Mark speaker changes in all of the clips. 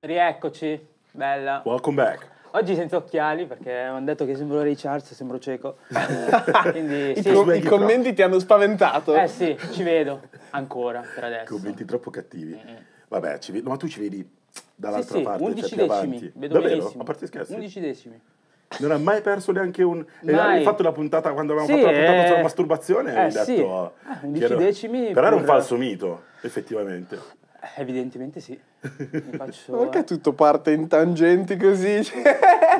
Speaker 1: Rieccoci, bella.
Speaker 2: Welcome back.
Speaker 1: Oggi senza occhiali perché mi hanno detto che sembro Richards, sembro cieco. Quindi
Speaker 3: I,
Speaker 1: sì,
Speaker 3: com-
Speaker 2: svegli
Speaker 3: i commenti ti hanno spaventato.
Speaker 1: eh sì, ci vedo ancora per adesso.
Speaker 2: Commenti troppo cattivi. Vabbè, ci vedi- ma tu ci vedi dall'altra
Speaker 1: sì, sì,
Speaker 2: parte,
Speaker 1: 11
Speaker 2: cioè più
Speaker 1: decimi,
Speaker 2: avanti.
Speaker 1: vedo
Speaker 2: Davvero?
Speaker 1: benissimo.
Speaker 2: A parte scherzi.
Speaker 1: 11 decimi.
Speaker 2: Non ha mai perso neanche un... E
Speaker 1: Mai.
Speaker 2: hai fatto la puntata quando avevamo
Speaker 1: Sì,
Speaker 2: fatto la puntata
Speaker 1: eh.
Speaker 2: sulla masturbazione
Speaker 1: Eh,
Speaker 2: hai
Speaker 1: sì.
Speaker 2: detto...
Speaker 1: Eh, 11 decimi
Speaker 2: Però era un
Speaker 1: pur-
Speaker 2: falso mito, effettivamente.
Speaker 1: Eh, Evidentemente sì. Mi faccio...
Speaker 3: Perché tutto parte in tangenti così? Eh,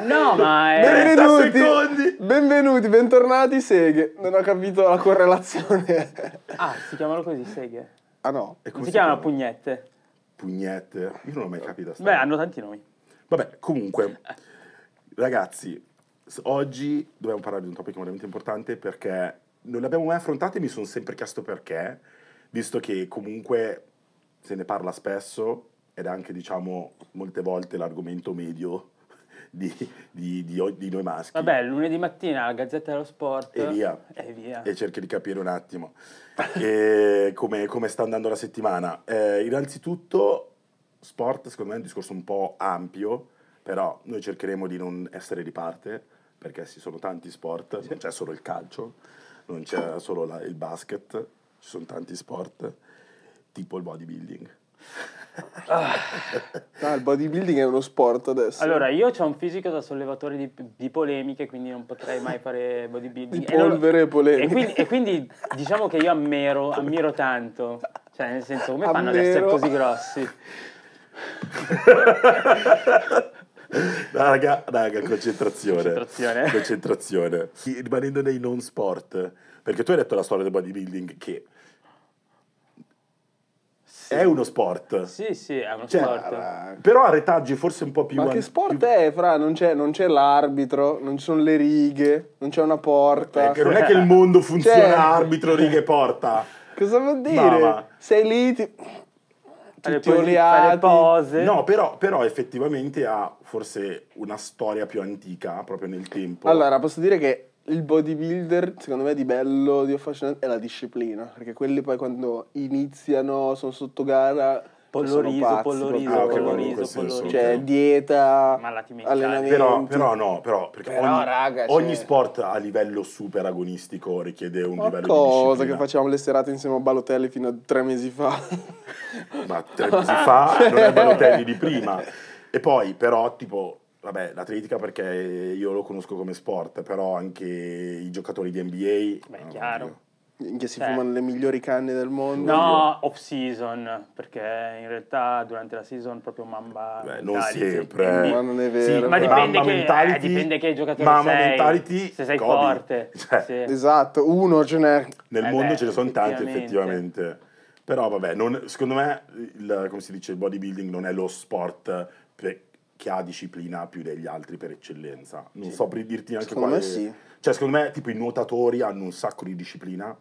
Speaker 1: Eh, No, ma è...
Speaker 2: Bene. 30
Speaker 3: benvenuti,
Speaker 2: secondi.
Speaker 3: benvenuti, bentornati seghe. Non ho capito la correlazione.
Speaker 1: Ah, si chiamano così, seghe.
Speaker 3: ah no.
Speaker 2: E come
Speaker 1: Non si chiamano
Speaker 2: chiama?
Speaker 1: pugnette.
Speaker 2: pugnette? Io non ho mai capito. sta
Speaker 1: Beh,
Speaker 2: roba.
Speaker 1: hanno tanti nomi.
Speaker 2: Vabbè, comunque, ragazzi, s- oggi dobbiamo parlare di un topic veramente importante perché non l'abbiamo mai affrontato e mi sono sempre chiesto perché, visto che comunque se ne parla spesso ed è anche, diciamo, molte volte l'argomento medio di, di- di o- di noi maschi.
Speaker 1: Vabbè, lunedì mattina la Gazzetta dello Sport.
Speaker 2: E via.
Speaker 1: E via.
Speaker 2: E cerchi di capire un attimo E come, come sta andando la settimana. Eh, innanzitutto, sport secondo me è un discorso un po' ampio, però noi cercheremo di non essere di parte, perché ci sono tanti sport, non c'è solo il calcio, non c'è solo la- il basket, ci sono tanti sport, tipo il bodybuilding.
Speaker 3: Ah, il bodybuilding è uno sport adesso.
Speaker 1: Allora, io ho un fisico da sollevatore di, di polemiche, quindi non potrei mai fare bodybuilding.
Speaker 3: Di
Speaker 1: E non-
Speaker 3: polvere e polemiche.
Speaker 1: E quindi, e quindi diciamo che io ammiro, ammiro tanto. Cioè, nel senso, come fanno ad essere
Speaker 3: Ammiro.
Speaker 1: così grossi?
Speaker 2: Raga, raga, concentrazione.
Speaker 1: Concentrazione.
Speaker 2: Concentrazione. Sì, Rimanendo nei non sport, perché tu hai detto la storia del bodybuilding che è uno sport.
Speaker 1: Sì, sì, è uno
Speaker 2: Cioè,
Speaker 1: sport.
Speaker 2: Però a retaggi forse un po' più...
Speaker 3: Ma
Speaker 2: an-
Speaker 3: che sport
Speaker 2: più-
Speaker 3: è, Fra? Non c'è, non c'è l'arbitro, non ci sono le righe, non c'è una porta.
Speaker 2: Eh, che non è che il mondo funziona
Speaker 3: Cioè-
Speaker 2: arbitro, righe, porta.
Speaker 3: Cosa vuol dire?
Speaker 2: Mamma.
Speaker 3: Sei lì, ti...
Speaker 1: Fa le
Speaker 3: tutti
Speaker 1: posi- fa le
Speaker 3: oleati.
Speaker 1: pose.
Speaker 2: No, però, però effettivamente ha forse una storia più antica, proprio nel tempo.
Speaker 3: Allora, posso dire che il bodybuilder, secondo me, di bello, di affascinante, è la disciplina. Perché quelli poi quando iniziano, sono sotto gara,
Speaker 1: Polloriso,
Speaker 3: sono pazzi,
Speaker 1: polloriso,
Speaker 2: Ah, ok,
Speaker 3: proprio.
Speaker 2: quello in quel
Speaker 1: polloriso,
Speaker 2: senso.
Speaker 1: polloriso.
Speaker 3: Cioè, dieta,
Speaker 1: Malati mentali.
Speaker 3: allenamento.
Speaker 2: Però, però no, però, perché
Speaker 3: Però,
Speaker 2: ogni,
Speaker 3: raga,
Speaker 2: ogni
Speaker 3: cioè-
Speaker 2: sport a livello super agonistico richiede un
Speaker 3: Ma
Speaker 2: livello
Speaker 3: cosa
Speaker 2: di
Speaker 3: che
Speaker 2: disciplina.
Speaker 3: facevamo le serate insieme a Balotelli fino a tre mesi fa.
Speaker 2: Ma tre mesi fa non erano hotel di prima. E poi però tipo, vabbè, l'atletica perché io lo conosco come sport, però anche i giocatori di NBA...
Speaker 1: Beh,
Speaker 2: Ah,
Speaker 1: chiaro.
Speaker 3: Minchia, si
Speaker 1: Cioè.
Speaker 3: fumano le migliori canne del mondo.
Speaker 1: No, off season, perché in realtà durante la season proprio Mamba...
Speaker 2: Beh, non
Speaker 1: mentality.
Speaker 2: sempre, eh.
Speaker 3: Ma non è
Speaker 2: Sì,
Speaker 3: vero.
Speaker 1: Ma
Speaker 3: guarda.
Speaker 1: dipende
Speaker 2: Mamma
Speaker 1: che, eh,
Speaker 2: mentality,
Speaker 1: dipende che giocatore
Speaker 2: mamma
Speaker 1: sei.
Speaker 2: mentality,
Speaker 1: se sei
Speaker 2: Kobe.
Speaker 1: forte.
Speaker 2: Cioè,
Speaker 1: sì.
Speaker 3: Esatto, uno ce n'è.
Speaker 2: Nel
Speaker 1: Eh
Speaker 2: mondo
Speaker 1: beh,
Speaker 2: ce ne sono tanti
Speaker 1: effettivamente.
Speaker 2: effettivamente. Però vabbè, non- secondo me, il, come si dice, il bodybuilding non è lo sport pe- che ha disciplina più degli altri per eccellenza. Non so per dirti neanche
Speaker 3: Secondo
Speaker 2: quale...
Speaker 3: me sì.
Speaker 2: Cioè, secondo me, tipo, i nuotatori hanno un sacco di disciplina.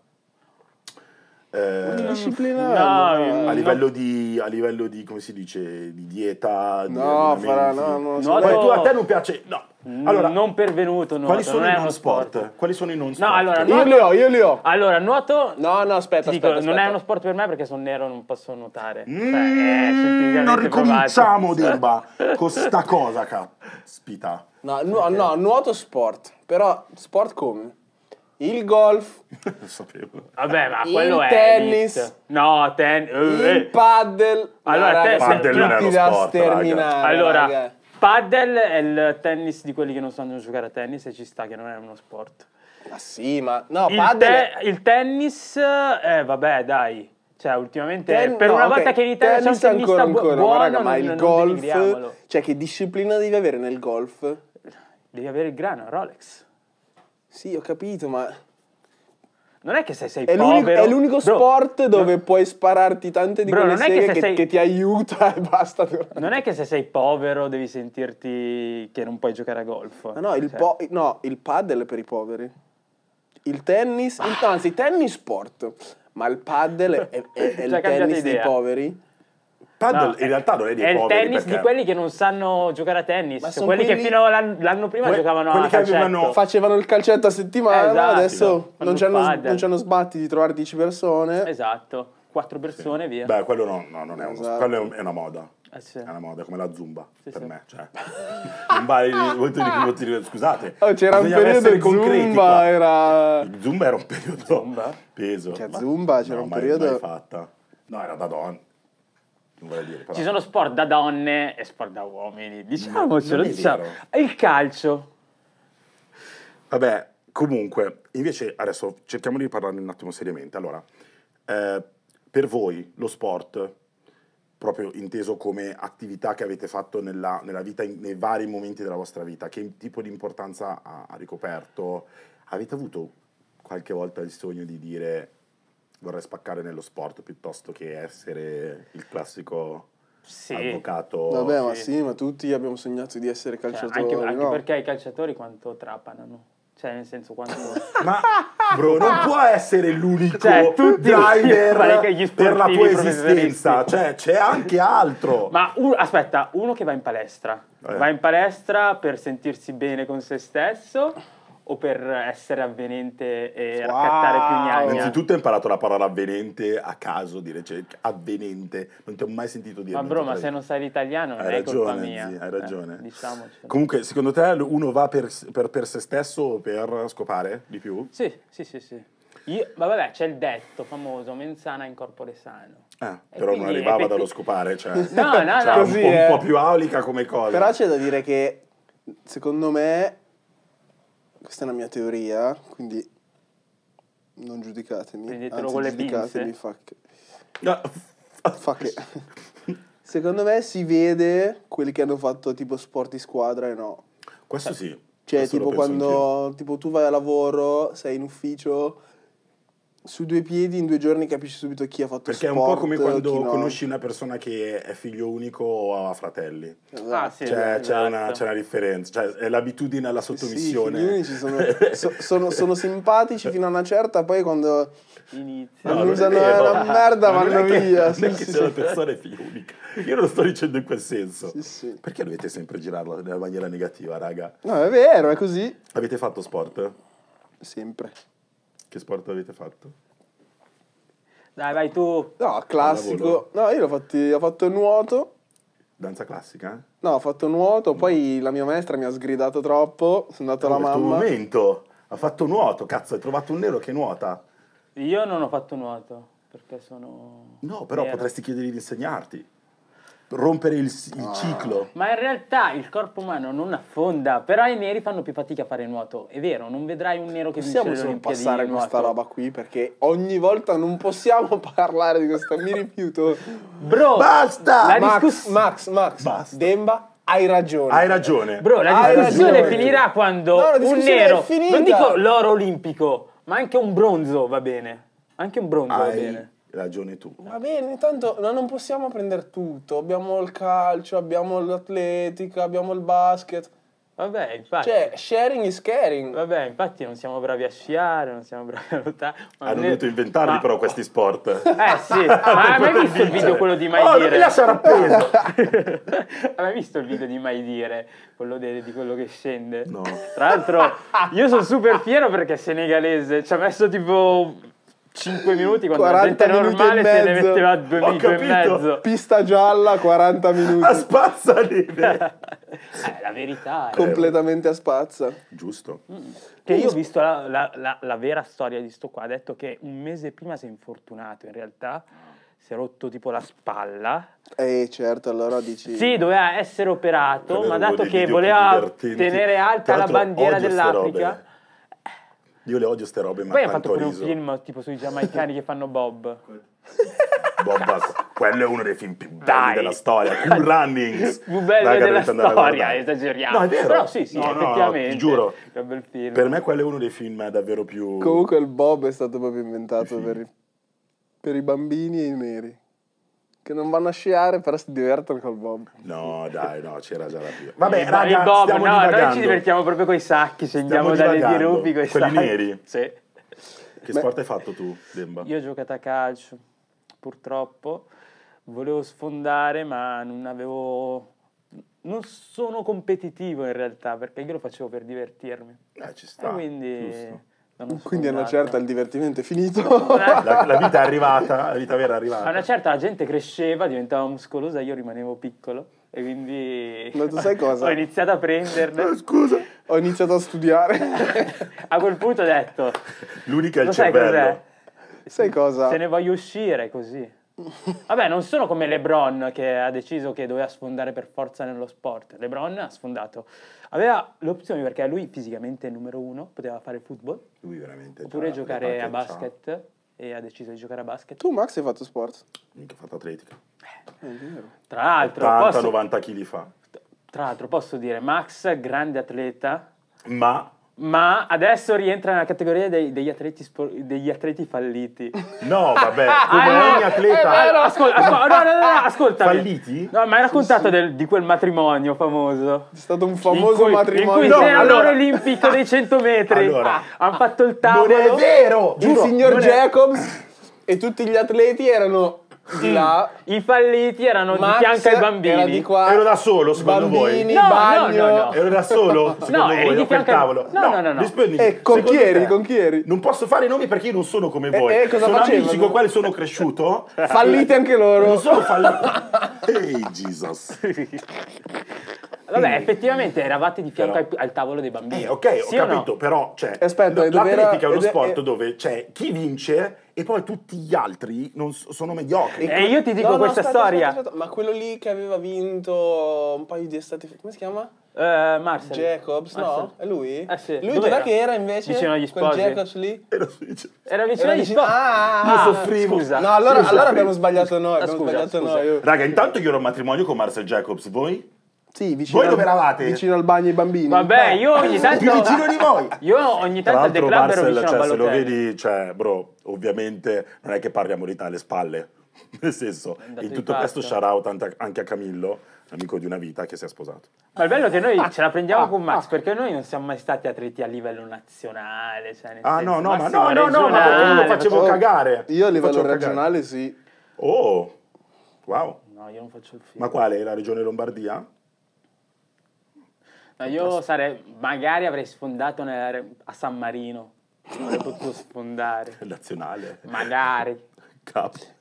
Speaker 2: Eh,
Speaker 3: Disciplinare. Eh.
Speaker 1: No,
Speaker 2: a
Speaker 1: no.
Speaker 2: livello di... A livello di, come si dice, di dieta, di
Speaker 3: No, Farah,
Speaker 2: allenamenti.
Speaker 3: no, no.
Speaker 1: No,
Speaker 2: Poi
Speaker 1: no.
Speaker 2: tu a te non piace... No. Allora,
Speaker 1: Mm, non pervenuto, nuoto,
Speaker 2: quali sono
Speaker 1: non
Speaker 2: i
Speaker 1: è
Speaker 2: non
Speaker 1: uno
Speaker 2: sport?
Speaker 1: sport.
Speaker 2: Quali sono i non sport?
Speaker 1: No, allora,
Speaker 3: Io li ho, io li ho.
Speaker 1: Allora, nuoto
Speaker 3: No, no,
Speaker 1: ti
Speaker 3: aspetta,
Speaker 1: dico,
Speaker 3: aspetta,
Speaker 1: non è
Speaker 3: aspetta.
Speaker 1: uno sport per me perché sono nero e non posso nuotare. Cioè,
Speaker 2: Mm,
Speaker 1: eh, scientificamente
Speaker 2: non ricominciamo,
Speaker 1: provato.
Speaker 2: Derba, con sta cosa, caspita.
Speaker 3: No, nu- no, nuoto sport, però sport come? Il golf,
Speaker 2: Lo sapevo.
Speaker 1: Vabbè, ma
Speaker 3: Il
Speaker 1: quello è
Speaker 3: tennis.
Speaker 1: elite. No, eh, tennis.
Speaker 3: il paddle.
Speaker 1: Allora,
Speaker 3: no,
Speaker 1: te-
Speaker 3: raga,
Speaker 1: paddle
Speaker 3: sono
Speaker 1: non è
Speaker 2: uno
Speaker 3: tutti da
Speaker 2: sport, raga.
Speaker 3: sterminare.
Speaker 1: allora,
Speaker 3: raga.
Speaker 1: paddle è il tennis di quelli che non sanno giocare a tennis e ci sta che non è uno sport.
Speaker 3: Ma sì, Oh, ma no,
Speaker 1: il,
Speaker 3: paddle
Speaker 1: te- il tennis, eh, vabbè, dai. Cioè, ultimamente,
Speaker 3: Ten-
Speaker 1: per
Speaker 3: no,
Speaker 1: una
Speaker 3: ok,
Speaker 1: volta che in Italia c'è un
Speaker 3: tennis
Speaker 1: tennista
Speaker 3: ancora,
Speaker 1: bu-
Speaker 3: ancora,
Speaker 1: buono,
Speaker 3: ma raga, ma
Speaker 1: non-
Speaker 3: il
Speaker 1: non
Speaker 3: golf,
Speaker 1: denigriamolo.
Speaker 3: cioè che disciplina devi avere nel golf?
Speaker 1: Devi avere il grano, Rolex.
Speaker 3: Sì, ho capito, ma
Speaker 1: Non è che se sei
Speaker 3: È
Speaker 1: povero...
Speaker 3: l'unico, è l'unico
Speaker 1: Bro,
Speaker 3: sport dove puoi spararti tante di
Speaker 1: Bro,
Speaker 3: quelle
Speaker 1: non è che
Speaker 3: seghe
Speaker 1: se
Speaker 3: che,
Speaker 1: sei-
Speaker 3: che ti aiuta e basta.
Speaker 1: Non è che se sei povero devi sentirti che non puoi giocare a golf.
Speaker 3: Ma no, il,
Speaker 1: Cioè,
Speaker 3: po- no, il paddle è per i poveri. Il tennis,
Speaker 1: Ah.
Speaker 3: il- no, anzi, il tennis sport. Ma il paddle è, è- è
Speaker 1: Già
Speaker 3: il
Speaker 1: cambiate
Speaker 3: tennis dei
Speaker 1: idea.
Speaker 3: poveri.
Speaker 2: realtà,
Speaker 1: No,
Speaker 2: non- in realtà non è dei
Speaker 1: È il
Speaker 2: poveri
Speaker 1: tennis
Speaker 2: perché
Speaker 1: di quelli che non sanno giocare a tennis.
Speaker 3: Ma
Speaker 1: Cioè,
Speaker 3: son
Speaker 1: quelli, che
Speaker 3: quelli-
Speaker 1: fino all'anno l'anno prima
Speaker 2: Que-
Speaker 1: giocavano
Speaker 2: quelli
Speaker 1: a
Speaker 2: che
Speaker 1: calcetto.
Speaker 2: avevano-
Speaker 3: Facevano il calcetto a settimana,
Speaker 1: Esatto.
Speaker 3: adesso
Speaker 1: Fanno
Speaker 3: non c'hanno,
Speaker 1: padel.
Speaker 3: non c'hanno sbatti di trovare 10 persone.
Speaker 1: Esatto, quattro persone e via.
Speaker 2: Beh, quello no, no, non è uno
Speaker 3: Esatto.
Speaker 2: quello è, un- è una moda.
Speaker 1: Eh, sì.
Speaker 2: È una moda, come la zumba,
Speaker 1: Sì,
Speaker 2: per
Speaker 1: sì.
Speaker 2: me. Cioè, non vale- vuol dire che- vuol dire- scusate.
Speaker 3: Oh, c'era un
Speaker 2: bisogna
Speaker 3: periodo
Speaker 2: essere
Speaker 3: di
Speaker 2: concreti
Speaker 3: Zumba,
Speaker 2: qua.
Speaker 3: era...
Speaker 2: Il Zumba era un periodo
Speaker 1: Zumba?
Speaker 2: peso.
Speaker 3: Che
Speaker 2: Ma-
Speaker 3: Zumba, c'era
Speaker 2: no,
Speaker 3: un
Speaker 2: mai-
Speaker 3: periodo-
Speaker 2: mai fatta. No, era da don. Non voglio dire. però-
Speaker 1: Ci sono sport da donne e sport da uomini. Diciamocelo,
Speaker 2: Non è
Speaker 1: diciamo.
Speaker 2: vero.
Speaker 1: Il calcio.
Speaker 2: Vabbè, comunque, invece adesso cerchiamo di parlarne un attimo seriamente. Allora, eh, per voi lo sport, proprio inteso come attività che avete fatto nella, nella vita, in- nei vari momenti della vostra vita, che tipo di importanza ha, ha ricoperto? Avete avuto qualche volta il sogno di dire vorrei spaccare nello sport piuttosto che essere il classico
Speaker 1: Sì.
Speaker 2: avvocato?
Speaker 3: Vabbè, ma
Speaker 1: Sì.
Speaker 3: sì, ma tutti abbiamo sognato di essere
Speaker 1: Cioè,
Speaker 3: calciatori,
Speaker 1: anche anche
Speaker 3: no?
Speaker 1: perché i calciatori quanto trapanano. Cioè, nel senso, quanto...
Speaker 2: Ma bro, non può essere l'unico
Speaker 1: Cioè, tutti-
Speaker 2: driver
Speaker 1: fare gli sportivi
Speaker 2: per la tua
Speaker 1: professionisti.
Speaker 2: esistenza. Cioè, c'è anche altro.
Speaker 1: Oh. Ma un- aspetta, uno che va in palestra.
Speaker 2: Eh.
Speaker 1: Va in palestra per sentirsi bene con se stesso o per essere avvenente e
Speaker 3: Wow.
Speaker 1: raccattare più gnagna?
Speaker 2: Innanzitutto hai imparato la parola avvenente a caso, dire cioè, avvenente. Non ti ho mai sentito dire.
Speaker 1: Ma bro, ma
Speaker 2: Hai
Speaker 1: se non sai l'italiano non
Speaker 2: ragione,
Speaker 1: è colpa mia.
Speaker 2: zia, hai
Speaker 1: Eh,
Speaker 2: ragione.
Speaker 1: diciamocelo.
Speaker 2: Comunque, secondo te uno va per, per- per se stesso o per scopare di più?
Speaker 1: Sì, sì, sì, sì. Io- ma vabbè, c'è il detto famoso, menzana in corpore sano.
Speaker 2: Eh,
Speaker 1: E
Speaker 2: però non
Speaker 1: quindi
Speaker 2: arrivava
Speaker 1: effetti-
Speaker 2: dallo scopare, cioè,
Speaker 1: No, no,
Speaker 2: Cioè,
Speaker 1: no.
Speaker 2: un,
Speaker 3: Così,
Speaker 2: po', un
Speaker 3: eh.
Speaker 2: po' più aulica come cosa.
Speaker 3: Però c'è da dire che, secondo me, questa è una mia teoria, quindi non giudicatemi.
Speaker 1: Prendetelo
Speaker 3: anzi,
Speaker 1: con le
Speaker 3: giudicatemi,
Speaker 1: pinze.
Speaker 3: fa che-
Speaker 2: No.
Speaker 3: fa che- Secondo me si vede quelli che hanno fatto tipo sport di squadra e no.
Speaker 2: Questo sì.
Speaker 3: Cioè,
Speaker 2: questo lo
Speaker 3: tipo
Speaker 2: penso anch'io.
Speaker 3: quando tipo, tu vai a lavoro, sei in ufficio, su due piedi in due giorni capisci subito chi ha fatto
Speaker 2: Perché è un
Speaker 3: sport.
Speaker 2: po' come
Speaker 3: chi
Speaker 2: quando
Speaker 3: no.
Speaker 2: conosci una persona che è figlio unico o ha fratelli.
Speaker 3: Esatto.
Speaker 1: Ah, sì.
Speaker 2: Cioè,
Speaker 1: esatto.
Speaker 2: c'è, una, c'è una differenza, cioè, è l'abitudine alla
Speaker 3: Sì,
Speaker 2: sottomissione.
Speaker 3: i figlioli ci sono, so- sono, sono simpatici fino a una certa, poi quando...
Speaker 1: Inizia.
Speaker 2: No, non è
Speaker 3: usano
Speaker 2: vero.
Speaker 3: una merda,
Speaker 2: Ma non
Speaker 3: vanno
Speaker 2: è che-
Speaker 3: via.
Speaker 2: Non
Speaker 3: Sì,
Speaker 2: è che
Speaker 3: sì,
Speaker 2: c'è una
Speaker 3: sì.
Speaker 2: persona è figlio unica. Io non lo sto dicendo in quel senso.
Speaker 3: Sì, sì.
Speaker 2: Perché dovete sempre girarla nella maniera negativa, raga?
Speaker 3: No, è vero, è così.
Speaker 2: Avete fatto sport?
Speaker 3: Sempre.
Speaker 2: Che sport avete fatto?
Speaker 1: Dai, vai tu.
Speaker 3: No, classico. No, io l'ho fatti- ho fatto nuoto.
Speaker 2: Danza classica?
Speaker 3: No, ho fatto nuoto,
Speaker 2: Mm.
Speaker 3: poi la mia maestra mi ha sgridato troppo, sono andato alla
Speaker 2: Questo
Speaker 3: mamma.
Speaker 2: momento ha fatto nuoto, cazzo, hai trovato un nero che nuota.
Speaker 1: Io non ho fatto nuoto perché sono...
Speaker 2: No, però
Speaker 1: nero.
Speaker 2: potresti chiedergli di insegnarti. Rompere il, il ciclo.
Speaker 1: Ma in realtà il corpo umano non affonda, però i neri fanno più fatica a fare nuoto. È vero, non vedrai un nero che vince
Speaker 3: Possiamo
Speaker 1: le
Speaker 3: solo
Speaker 1: Olimpiadi di
Speaker 3: passare
Speaker 1: nuoto.
Speaker 3: questa roba qui perché ogni volta non possiamo parlare di questa, mi rifiuto.
Speaker 1: Bro,
Speaker 2: Basta!
Speaker 1: La
Speaker 3: Max,
Speaker 1: discuss-
Speaker 3: Max, Max,
Speaker 2: Basta.
Speaker 3: Demba, hai ragione.
Speaker 2: Hai ragione.
Speaker 1: Bro, la
Speaker 3: Ah, Hai
Speaker 1: discussione
Speaker 3: ragione.
Speaker 1: finirà quando
Speaker 3: No, la
Speaker 1: un
Speaker 3: discussione è
Speaker 1: nero,
Speaker 3: finita.
Speaker 1: non dico l'oro olimpico, ma anche un bronzo va bene. Anche un bronzo va
Speaker 2: Hai
Speaker 1: bene.
Speaker 2: ragione tu.
Speaker 3: Va bene, tanto no, non possiamo prendere tutto. Abbiamo il calcio, abbiamo l'atletica, abbiamo il basket.
Speaker 1: Vabbè, infatti.
Speaker 3: Cioè, sharing is caring.
Speaker 1: Vabbè, infatti non siamo bravi a sciare, non siamo bravi a lottare. ma
Speaker 2: Hanno
Speaker 1: ne-
Speaker 2: dovuto inventarli
Speaker 1: ma-
Speaker 2: però questi sport.
Speaker 1: Eh sì, ma hai mai
Speaker 2: Per
Speaker 1: visto il video
Speaker 2: vincere.
Speaker 1: quello di Mai
Speaker 2: Oh, non
Speaker 1: Dire?
Speaker 2: mi lasciare appeso.
Speaker 1: Hai mai visto il video di Mai Dire? Quello de- di quello che scende?
Speaker 2: No.
Speaker 1: Tra l'altro, io sono super fiero perché è senegalese. Ci ha messo tipo 5 minuti quando la
Speaker 3: 40
Speaker 1: gente
Speaker 3: minuti e
Speaker 1: normale se ne
Speaker 3: mezzo.
Speaker 1: metteva 2
Speaker 2: Ho
Speaker 1: minuti e
Speaker 2: capito.
Speaker 1: mezzo.
Speaker 3: Pista gialla, 40
Speaker 1: Ah,
Speaker 2: A
Speaker 3: minuti.
Speaker 2: spazzaneve.
Speaker 1: Eh, la verità è
Speaker 3: Completamente a spazza.
Speaker 2: Giusto.
Speaker 1: che io ho visto la, la- la- la vera storia di sto qua. Ha detto che un mese prima si è infortunato. In realtà si è rotto tipo la spalla.
Speaker 3: Eh, certo, allora dici.
Speaker 1: Sì, doveva essere operato,
Speaker 2: Quello
Speaker 1: ma
Speaker 2: è uno
Speaker 1: dato
Speaker 2: dei video
Speaker 1: che
Speaker 2: più
Speaker 1: voleva
Speaker 2: divertenti.
Speaker 1: tenere alta
Speaker 2: Tra
Speaker 1: la
Speaker 2: l'altro
Speaker 1: bandiera
Speaker 2: odio ste
Speaker 1: dell'Africa.
Speaker 2: robe. Io le odio ste robe, ma
Speaker 1: Poi ha fatto
Speaker 2: tanto
Speaker 1: pure un
Speaker 2: riso.
Speaker 1: film tipo sui giamaicani che fanno Bob.
Speaker 2: Bomba, quello è uno dei film più belli
Speaker 1: Dai.
Speaker 2: della storia. Cool Runnings.
Speaker 1: Più bello
Speaker 2: Raga,
Speaker 1: della
Speaker 2: dovete andare a
Speaker 1: storia,
Speaker 2: guardare.
Speaker 1: esageriamo.
Speaker 2: No, è vero.
Speaker 1: Però sì, sì,
Speaker 2: No, no, no,
Speaker 1: effettivamente.
Speaker 2: ti giuro.
Speaker 1: È un bel film.
Speaker 2: Per me quello è uno dei film davvero più...
Speaker 3: Comunque il Bob è stato proprio inventato
Speaker 2: Sì.
Speaker 3: per, i- per i bambini e i neri. Che non vanno a sciare, però si divertono col Bob.
Speaker 2: No, dai, no, c'era già la prima. Vabbè,
Speaker 1: Il
Speaker 2: raga,
Speaker 1: Bob,
Speaker 2: stiamo
Speaker 1: no, noi ci
Speaker 2: divagando.
Speaker 1: divertiamo proprio coi sacchi, scendiamo dalle
Speaker 2: divagando.
Speaker 1: dirupi coi
Speaker 2: Quelli
Speaker 1: sacchi.
Speaker 2: neri.
Speaker 1: Sì.
Speaker 2: Che sport hai fatto tu, Demba?
Speaker 1: Io ho giocato a calcio, purtroppo. volevo sfondare, ma non avevo... Non sono competitivo in realtà, perché io lo facevo per divertirmi.
Speaker 2: Eh, ci sta.
Speaker 1: e quindi...
Speaker 2: giusto.
Speaker 1: non sono
Speaker 3: Quindi a una
Speaker 1: andato.
Speaker 3: certa il divertimento è finito.
Speaker 1: Una-
Speaker 2: La, la vita è arrivata, la vita vera è
Speaker 1: A una
Speaker 2: arrivata.
Speaker 1: certa Ah, certo, la gente cresceva, diventava muscolosa, io rimanevo piccolo e quindi
Speaker 3: Ma tu sai cosa?
Speaker 1: ho iniziato a prenderne.
Speaker 2: Eh, Scusa,
Speaker 3: Ho iniziato a studiare.
Speaker 1: A quel punto ho detto,
Speaker 2: l'unica è il
Speaker 1: lo sai
Speaker 2: cervello.
Speaker 1: cos'è?
Speaker 3: Sai cosa?
Speaker 1: Se ne voglio uscire così. Vabbè, non sono come LeBron che ha deciso che doveva sfondare per forza nello sport. LeBron ha sfondato. Aveva l'opzione perché lui fisicamente è numero uno, poteva fare football,
Speaker 2: Lui veramente. Eh già
Speaker 1: oppure
Speaker 2: le
Speaker 1: giocare a
Speaker 2: parcheggia.
Speaker 1: basket e ha deciso di giocare a basket.
Speaker 3: Tu Max hai fatto sport?
Speaker 2: Mica ha fatto atletica.
Speaker 3: È vero.
Speaker 1: Tra l'altro, posso,
Speaker 2: 80-90 kg fa.
Speaker 1: tra l'altro posso dire, Max, grande atleta,
Speaker 2: Ma
Speaker 1: Ma adesso rientra nella categoria dei- degli, atleti spor- degli atleti falliti.
Speaker 2: no, vabbè, Eh, come
Speaker 1: Ah, no,
Speaker 2: ogni atleta.
Speaker 1: Ascolta, ascolta, no, no, no, no, ascoltami.
Speaker 2: Falliti?
Speaker 1: No, ma hai raccontato
Speaker 3: sì.
Speaker 1: del- di quel matrimonio famoso.
Speaker 3: È stato un
Speaker 1: in
Speaker 3: famoso
Speaker 1: cui,
Speaker 3: matrimonio.
Speaker 1: In cui
Speaker 2: No,
Speaker 1: c'era
Speaker 2: allora-
Speaker 1: l'oro olimpico dei 100 metri. Ah,
Speaker 2: Allora.
Speaker 1: hanno fatto il
Speaker 2: Non è
Speaker 1: tavolo.
Speaker 2: vero!
Speaker 3: il
Speaker 2: Giuro,
Speaker 3: signor
Speaker 2: non è-
Speaker 3: Jacobs e tutti gli atleti erano
Speaker 1: Mm.
Speaker 3: di là.
Speaker 1: I falliti erano
Speaker 3: Max
Speaker 1: di fianco ai
Speaker 3: era
Speaker 1: bambini.
Speaker 3: di qua.
Speaker 2: Ero da solo, secondo voi?
Speaker 3: bambini,
Speaker 1: No, no,
Speaker 3: bagno.
Speaker 1: no, no.
Speaker 2: Ero da solo, secondo
Speaker 1: eri
Speaker 2: voi,
Speaker 1: di
Speaker 2: a quel
Speaker 1: fianco al-
Speaker 2: tavolo.
Speaker 1: no, no, no, no.
Speaker 2: rispondimi,
Speaker 3: E conchieri,
Speaker 2: secondo te,
Speaker 3: conchieri.
Speaker 2: Non posso fare nomi perché io non sono come voi.
Speaker 3: eh, cosa
Speaker 2: sono
Speaker 3: facevano?
Speaker 2: amici con i quali sono cresciuto. Eh,
Speaker 3: Fallite anche
Speaker 2: Non
Speaker 3: loro.
Speaker 2: sono fallito. Ehi, Jesus.
Speaker 1: Vabbè, effettivamente eravate di fianco
Speaker 2: Però-
Speaker 1: al, al tavolo dei bambini.
Speaker 2: Eh, ok, ho
Speaker 1: Sì o no?
Speaker 2: capito, però cioè,
Speaker 3: Aspetta,
Speaker 2: l-
Speaker 3: dov'era-
Speaker 2: l'atletica è uno
Speaker 3: ed è-
Speaker 2: sport
Speaker 3: e-
Speaker 2: dove c'è chi vince e poi tutti gli altri non s- sono mediocri.
Speaker 1: E io ti dico questa
Speaker 3: aspetta,
Speaker 1: storia.
Speaker 3: aspetta, aspetta. Ma quello lì che aveva vinto un paio di estate fa, come si chiama?
Speaker 1: Eh, Marcel.
Speaker 3: Jacobs, no?
Speaker 1: Marcel.
Speaker 3: È lui?
Speaker 1: Eh sì.
Speaker 3: Lui
Speaker 1: Dov'era?
Speaker 3: dov'è che era invece?
Speaker 1: Vicino agli
Speaker 3: Quel
Speaker 1: sposi.
Speaker 3: Jacobs lì?
Speaker 2: E lo vince.
Speaker 1: Era vicino
Speaker 3: Era
Speaker 1: agli
Speaker 3: vicino-
Speaker 1: spot.
Speaker 3: Ah!
Speaker 1: Ah,
Speaker 2: Io soffrivo.
Speaker 1: Scusa.
Speaker 3: No, allora,
Speaker 1: Scusa.
Speaker 3: allora abbiamo sbagliato noi.
Speaker 1: Ah,
Speaker 3: Abbiamo
Speaker 1: scusa,
Speaker 3: sbagliato
Speaker 1: scusa.
Speaker 3: noi.
Speaker 2: Raga, intanto io ero in matrimonio con Marcel Jacobs, voi?
Speaker 3: Sì, vicino,
Speaker 2: Voi dove eravate?
Speaker 3: vicino al bagno ai bambini.
Speaker 1: Vabbè, io ogni
Speaker 3: Eh,
Speaker 1: tanto.
Speaker 2: Più vicino di voi.
Speaker 1: Io ogni
Speaker 2: Tra
Speaker 1: tanto
Speaker 2: l'altro
Speaker 1: declaro
Speaker 2: Marcel,
Speaker 1: vicino a
Speaker 2: cioè, se lo
Speaker 1: Balotelli.
Speaker 2: vedi, cioè, bro, ovviamente non è che parliamo di te alle spalle. Nel senso,
Speaker 1: andato
Speaker 2: in
Speaker 1: di
Speaker 2: tutto questo
Speaker 1: pazzo.
Speaker 2: shout out ante- anche a Camillo, amico di una vita che si è sposato.
Speaker 1: Ma il bello è che noi ce la prendiamo
Speaker 3: ah,
Speaker 1: con Max,
Speaker 3: ah.
Speaker 1: perché noi non siamo mai stati atleti a livello nazionale. Cioè nel
Speaker 2: Ah
Speaker 1: senso,
Speaker 2: no, no, ma
Speaker 1: massimo
Speaker 2: no, no, no, ma
Speaker 1: regionale,
Speaker 2: perché io lo facevo
Speaker 3: Oh,
Speaker 2: cagare.
Speaker 3: Io a
Speaker 2: Lo
Speaker 3: livello
Speaker 2: facevo cagare.
Speaker 3: regionale sì.
Speaker 2: Oh, wow.
Speaker 1: No, io non faccio il film.
Speaker 2: Ma quale? La regione Lombardia?
Speaker 1: No, io sarei, magari avrei sfondato nella- a San Marino. Avrei potuto sfondare.
Speaker 2: Nazionale.
Speaker 1: Magari.
Speaker 2: Capo.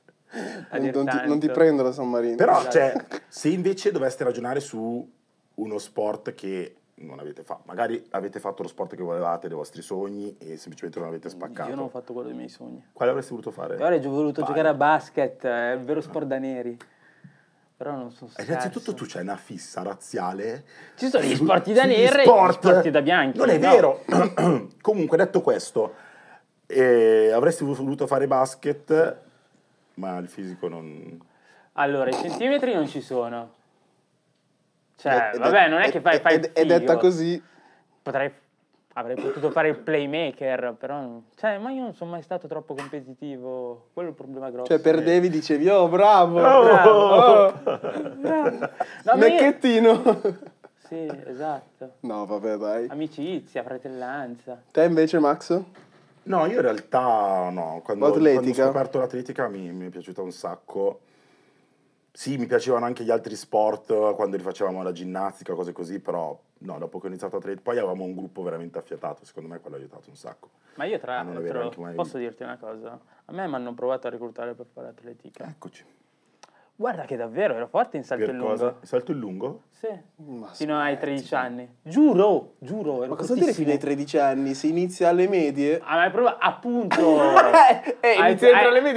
Speaker 1: a dir
Speaker 3: Non ti, non ti
Speaker 1: tanto.
Speaker 3: prendo la San Marino.
Speaker 1: Esatto.
Speaker 2: Però, cioè, se invece doveste ragionare su uno sport che non avete fatto, magari avete fatto lo sport che volevate, dei vostri sogni e semplicemente non l'avete spaccato.
Speaker 1: Io non ho fatto quello dei miei sogni.
Speaker 2: Quale avresti voluto fare?
Speaker 1: Io avrei gio- voluto
Speaker 2: Eh, Vai.
Speaker 1: giocare a basket, è il vero sport da neri. Però non sono
Speaker 2: Eh,
Speaker 1: scarso.
Speaker 2: Innanzitutto tu c'hai una fissa razziale.
Speaker 1: Ci sono gli
Speaker 2: su-
Speaker 1: sporti da
Speaker 2: sugli
Speaker 1: neri e gli sporti da bianchi,
Speaker 2: Non è
Speaker 1: no?
Speaker 2: vero. Comunque, detto questo, eh, avresti voluto fare basket, ma il fisico non...
Speaker 1: Allora, i centimetri non ci sono. Cioè,
Speaker 3: Ed- ed-
Speaker 1: vabbè, non è che fai,
Speaker 3: ed-
Speaker 1: fai il
Speaker 3: ed- È detta
Speaker 1: figo.
Speaker 3: così.
Speaker 1: Potrei, avrei potuto fare il playmaker, però... non- Cioè, ma io non sono mai stato troppo competitivo. Quello è il problema grosso.
Speaker 3: Cioè, perdevi, dicevi, oh, bravo.
Speaker 1: Bravo.
Speaker 3: Oh,
Speaker 1: No, ma io-
Speaker 3: Mecchettino.
Speaker 1: Sì, esatto.
Speaker 3: No, vabbè, dai.
Speaker 1: Amicizia, fratellanza.
Speaker 3: Te invece, Max?
Speaker 2: No, io in realtà no. Quando,
Speaker 3: L'atletica?
Speaker 2: quando ho scoperto l'atletica mi, mi è piaciuta un sacco. Sì, mi piacevano anche gli altri sport quando li facevamo la ginnastica, cose così, però no, dopo che ho iniziato a trade, poi avevamo un gruppo veramente affiatato, secondo me quello ha aiutato un sacco.
Speaker 1: Ma io tra
Speaker 2: Ah, non avevo neanche
Speaker 1: l'altro,
Speaker 2: mai-
Speaker 1: posso dirti una cosa? A me mi hanno provato a reclutare per fare atletica.
Speaker 2: Eccoci.
Speaker 1: Guarda che davvero ero forte in salto
Speaker 2: Eh. Per
Speaker 1: in
Speaker 2: cosa?
Speaker 1: lungo.
Speaker 2: Salto in lungo?
Speaker 1: Sì.
Speaker 3: Ma
Speaker 1: Fino ai 13 anni. Giuro, giuro. Ero
Speaker 3: Ma cosa vuol dire fino ai 13 anni? Si inizia alle medie?
Speaker 1: Ah, ma è proprio appunto. Ai- ai-
Speaker 3: Eh,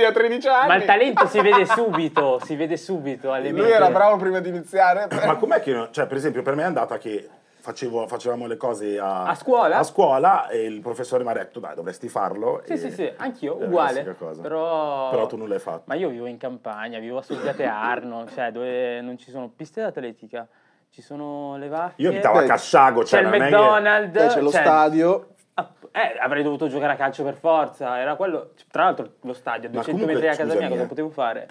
Speaker 3: a 13
Speaker 1: Ma il talento si vede subito, si vede subito alle medie.
Speaker 3: prima di iniziare.
Speaker 2: Ma com'è che... no- Cioè, per esempio, per me è andata che facevo- facevamo le cose a,
Speaker 1: A scuola?
Speaker 2: a scuola e il professore mi ha detto, dai, dovresti farlo.
Speaker 1: Sì,
Speaker 2: e-
Speaker 1: sì, sì, anch'io,
Speaker 2: è la
Speaker 1: uguale.
Speaker 2: classica cosa.
Speaker 1: Però...
Speaker 2: Però tu non l'hai fatto.
Speaker 1: Ma io vivo in campagna, vivo a Soggiate Arno, cioè dove non ci sono piste d'atletica, ci sono le vacche.
Speaker 2: Io abitavo a
Speaker 3: Beh,
Speaker 2: Casciago,
Speaker 1: eh, c'è
Speaker 2: cioè,
Speaker 1: il
Speaker 2: non è che-
Speaker 1: McDonald's.
Speaker 3: c'è lo
Speaker 1: cioè,
Speaker 3: stadio.
Speaker 1: app- eh, avrei dovuto giocare a calcio per forza. Era quello. Tra l'altro, lo stadio, a
Speaker 2: Ma
Speaker 1: 200
Speaker 2: comunque,
Speaker 1: metri da casa mia,
Speaker 2: scusami,
Speaker 1: cosa
Speaker 2: eh.
Speaker 1: potevo fare?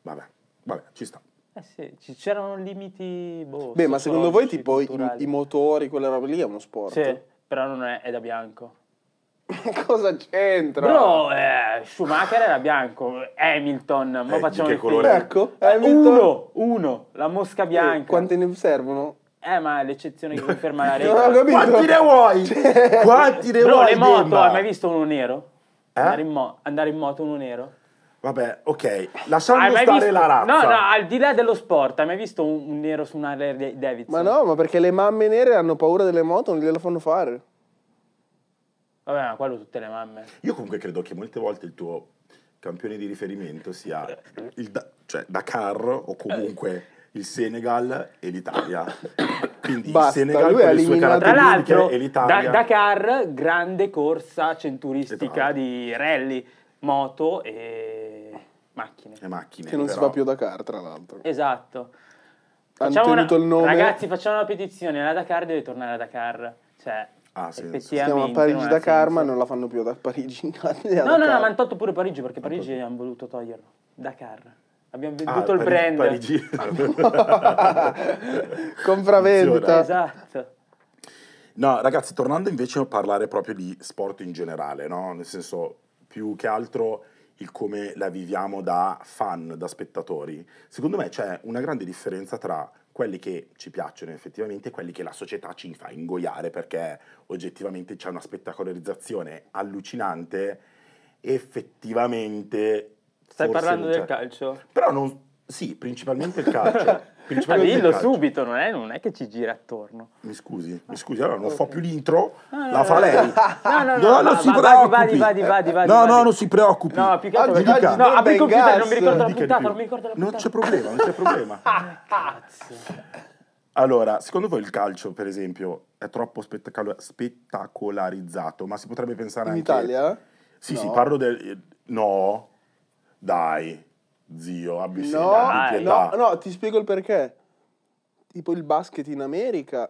Speaker 2: Vabbè, vabbè, ci sta.
Speaker 1: Eh sì, ci- c'erano limiti. boh,
Speaker 3: Beh, ma secondo voi
Speaker 1: sociologici,
Speaker 3: tipo i,
Speaker 1: culturali.
Speaker 3: i motori, quella roba lì è uno sport?
Speaker 1: Sì, però non è, è da bianco.
Speaker 3: Cosa c'entra?
Speaker 1: Bro, eh, Schumacher era bianco, Hamilton, ma
Speaker 2: Eh,
Speaker 1: facciamo
Speaker 2: di che
Speaker 1: il film.
Speaker 2: colore?
Speaker 3: Ecco,
Speaker 1: Eh,
Speaker 3: Hamilton.
Speaker 1: Uno, uno, la mosca bianca.
Speaker 3: Eh, Quante ne servono?
Speaker 1: Eh, ma è l'eccezione che conferma la
Speaker 3: Non ho
Speaker 1: regola.
Speaker 3: capito.
Speaker 2: Quanti ne vuoi? Quanti ne
Speaker 1: Bro,
Speaker 2: vuoi?
Speaker 1: le moto,
Speaker 2: Demba?
Speaker 1: hai mai visto uno nero?
Speaker 2: Eh?
Speaker 1: Andare, in mo- andare in moto uno nero?
Speaker 2: Vabbè, ok,
Speaker 1: Hai
Speaker 2: lasciamo
Speaker 1: mai
Speaker 2: stare
Speaker 1: visto-
Speaker 2: la razza.
Speaker 1: No, no, al di là dello sport, hai mai visto un, un nero su una Harley Davidson?
Speaker 3: Ma no, ma perché le mamme nere hanno paura delle moto, non glielo fanno fare.
Speaker 1: Vabbè, ma quello tutte le mamme.
Speaker 2: Io comunque credo che molte volte il tuo campione di riferimento sia il da- cioè Dakar o comunque il Senegal e l'Italia. Quindi
Speaker 3: Basta,
Speaker 2: il Senegal
Speaker 3: lui ha
Speaker 2: con le sue
Speaker 3: eliminato-
Speaker 1: Tra l'altro,
Speaker 2: caratteristiche e l'Italia.
Speaker 1: da- Dakar, grande corsa centuristica
Speaker 2: Esatto.
Speaker 1: di rally, moto e macchine.
Speaker 2: le macchine,
Speaker 1: Eh,
Speaker 3: Che non si
Speaker 2: però.
Speaker 3: fa più da car, tra l'altro.
Speaker 1: Esatto.
Speaker 3: Hanno
Speaker 1: Facciamo una-
Speaker 3: tenuto il nome.
Speaker 1: Ragazzi, facciamo una petizione. La Dakar deve tornare a Dakar. Cioè,
Speaker 2: Ah, sì,
Speaker 1: effettivamente
Speaker 2: sì.
Speaker 3: si chiama
Speaker 1: non
Speaker 3: Parigi
Speaker 1: ha
Speaker 3: da car,
Speaker 1: senso.
Speaker 3: ma non la fanno più da Parigi.
Speaker 1: No, no, no, ma hanno tolto pure Parigi perché Parigi hanno voluto toglierlo. Dakar. Abbiamo
Speaker 2: Ah,
Speaker 1: venduto il
Speaker 2: Pari-
Speaker 1: brand.
Speaker 2: Parigi.
Speaker 3: Compravendita.
Speaker 1: Esatto.
Speaker 2: No, ragazzi, tornando invece a parlare proprio di sport in generale, no? Nel senso, più che altro il come la viviamo da fan, da spettatori. Secondo me c'è una grande differenza tra quelli che ci piacciono effettivamente e quelli che la società ci fa ingoiare perché oggettivamente c'è una spettacolarizzazione allucinante. Effettivamente.
Speaker 1: Stai
Speaker 2: forse
Speaker 1: parlando
Speaker 2: non
Speaker 1: del
Speaker 2: c'è.
Speaker 1: calcio?
Speaker 2: Però non. Sì, principalmente il calcio.
Speaker 1: Ma
Speaker 2: Principalmente il
Speaker 1: Ah, dillo
Speaker 2: calcio.
Speaker 1: subito, non è, non è che ci gira attorno.
Speaker 2: Mi scusi, mi scusi, allora non
Speaker 1: Ah, ok.
Speaker 2: fa più l'intro,
Speaker 1: Ah,
Speaker 2: Eh, la fa
Speaker 1: no,
Speaker 2: lei.
Speaker 1: No, no, no,
Speaker 2: No,
Speaker 1: va-
Speaker 2: non
Speaker 1: va-
Speaker 2: si
Speaker 1: va-
Speaker 2: preoccupi.
Speaker 1: va- va- va- va- va-
Speaker 2: No,
Speaker 1: va-
Speaker 2: no,
Speaker 1: va-
Speaker 2: non si preoccupi.
Speaker 1: No, più che altro
Speaker 2: Oggi
Speaker 1: perché-
Speaker 2: dica.
Speaker 1: no, apri il
Speaker 3: Dica
Speaker 1: computer, non mi
Speaker 3: di
Speaker 1: ricordo la
Speaker 2: più.
Speaker 1: puntata, non mi ricordo la
Speaker 2: Non
Speaker 1: puntata. Ah,
Speaker 2: c'è problema, non c'è problema.
Speaker 3: Ah,
Speaker 1: Cazzo.
Speaker 2: Allora, secondo voi il calcio, per esempio, è troppo spettacolo- spettacolarizzato, ma si potrebbe pensare
Speaker 3: In
Speaker 2: anche...
Speaker 3: Italia?
Speaker 2: Sì,
Speaker 3: No.
Speaker 2: sì, parlo del... No, dai, zio, abbi
Speaker 3: No,
Speaker 2: abbi pietà.
Speaker 3: no, no, ti spiego il perché. Tipo il basket in America.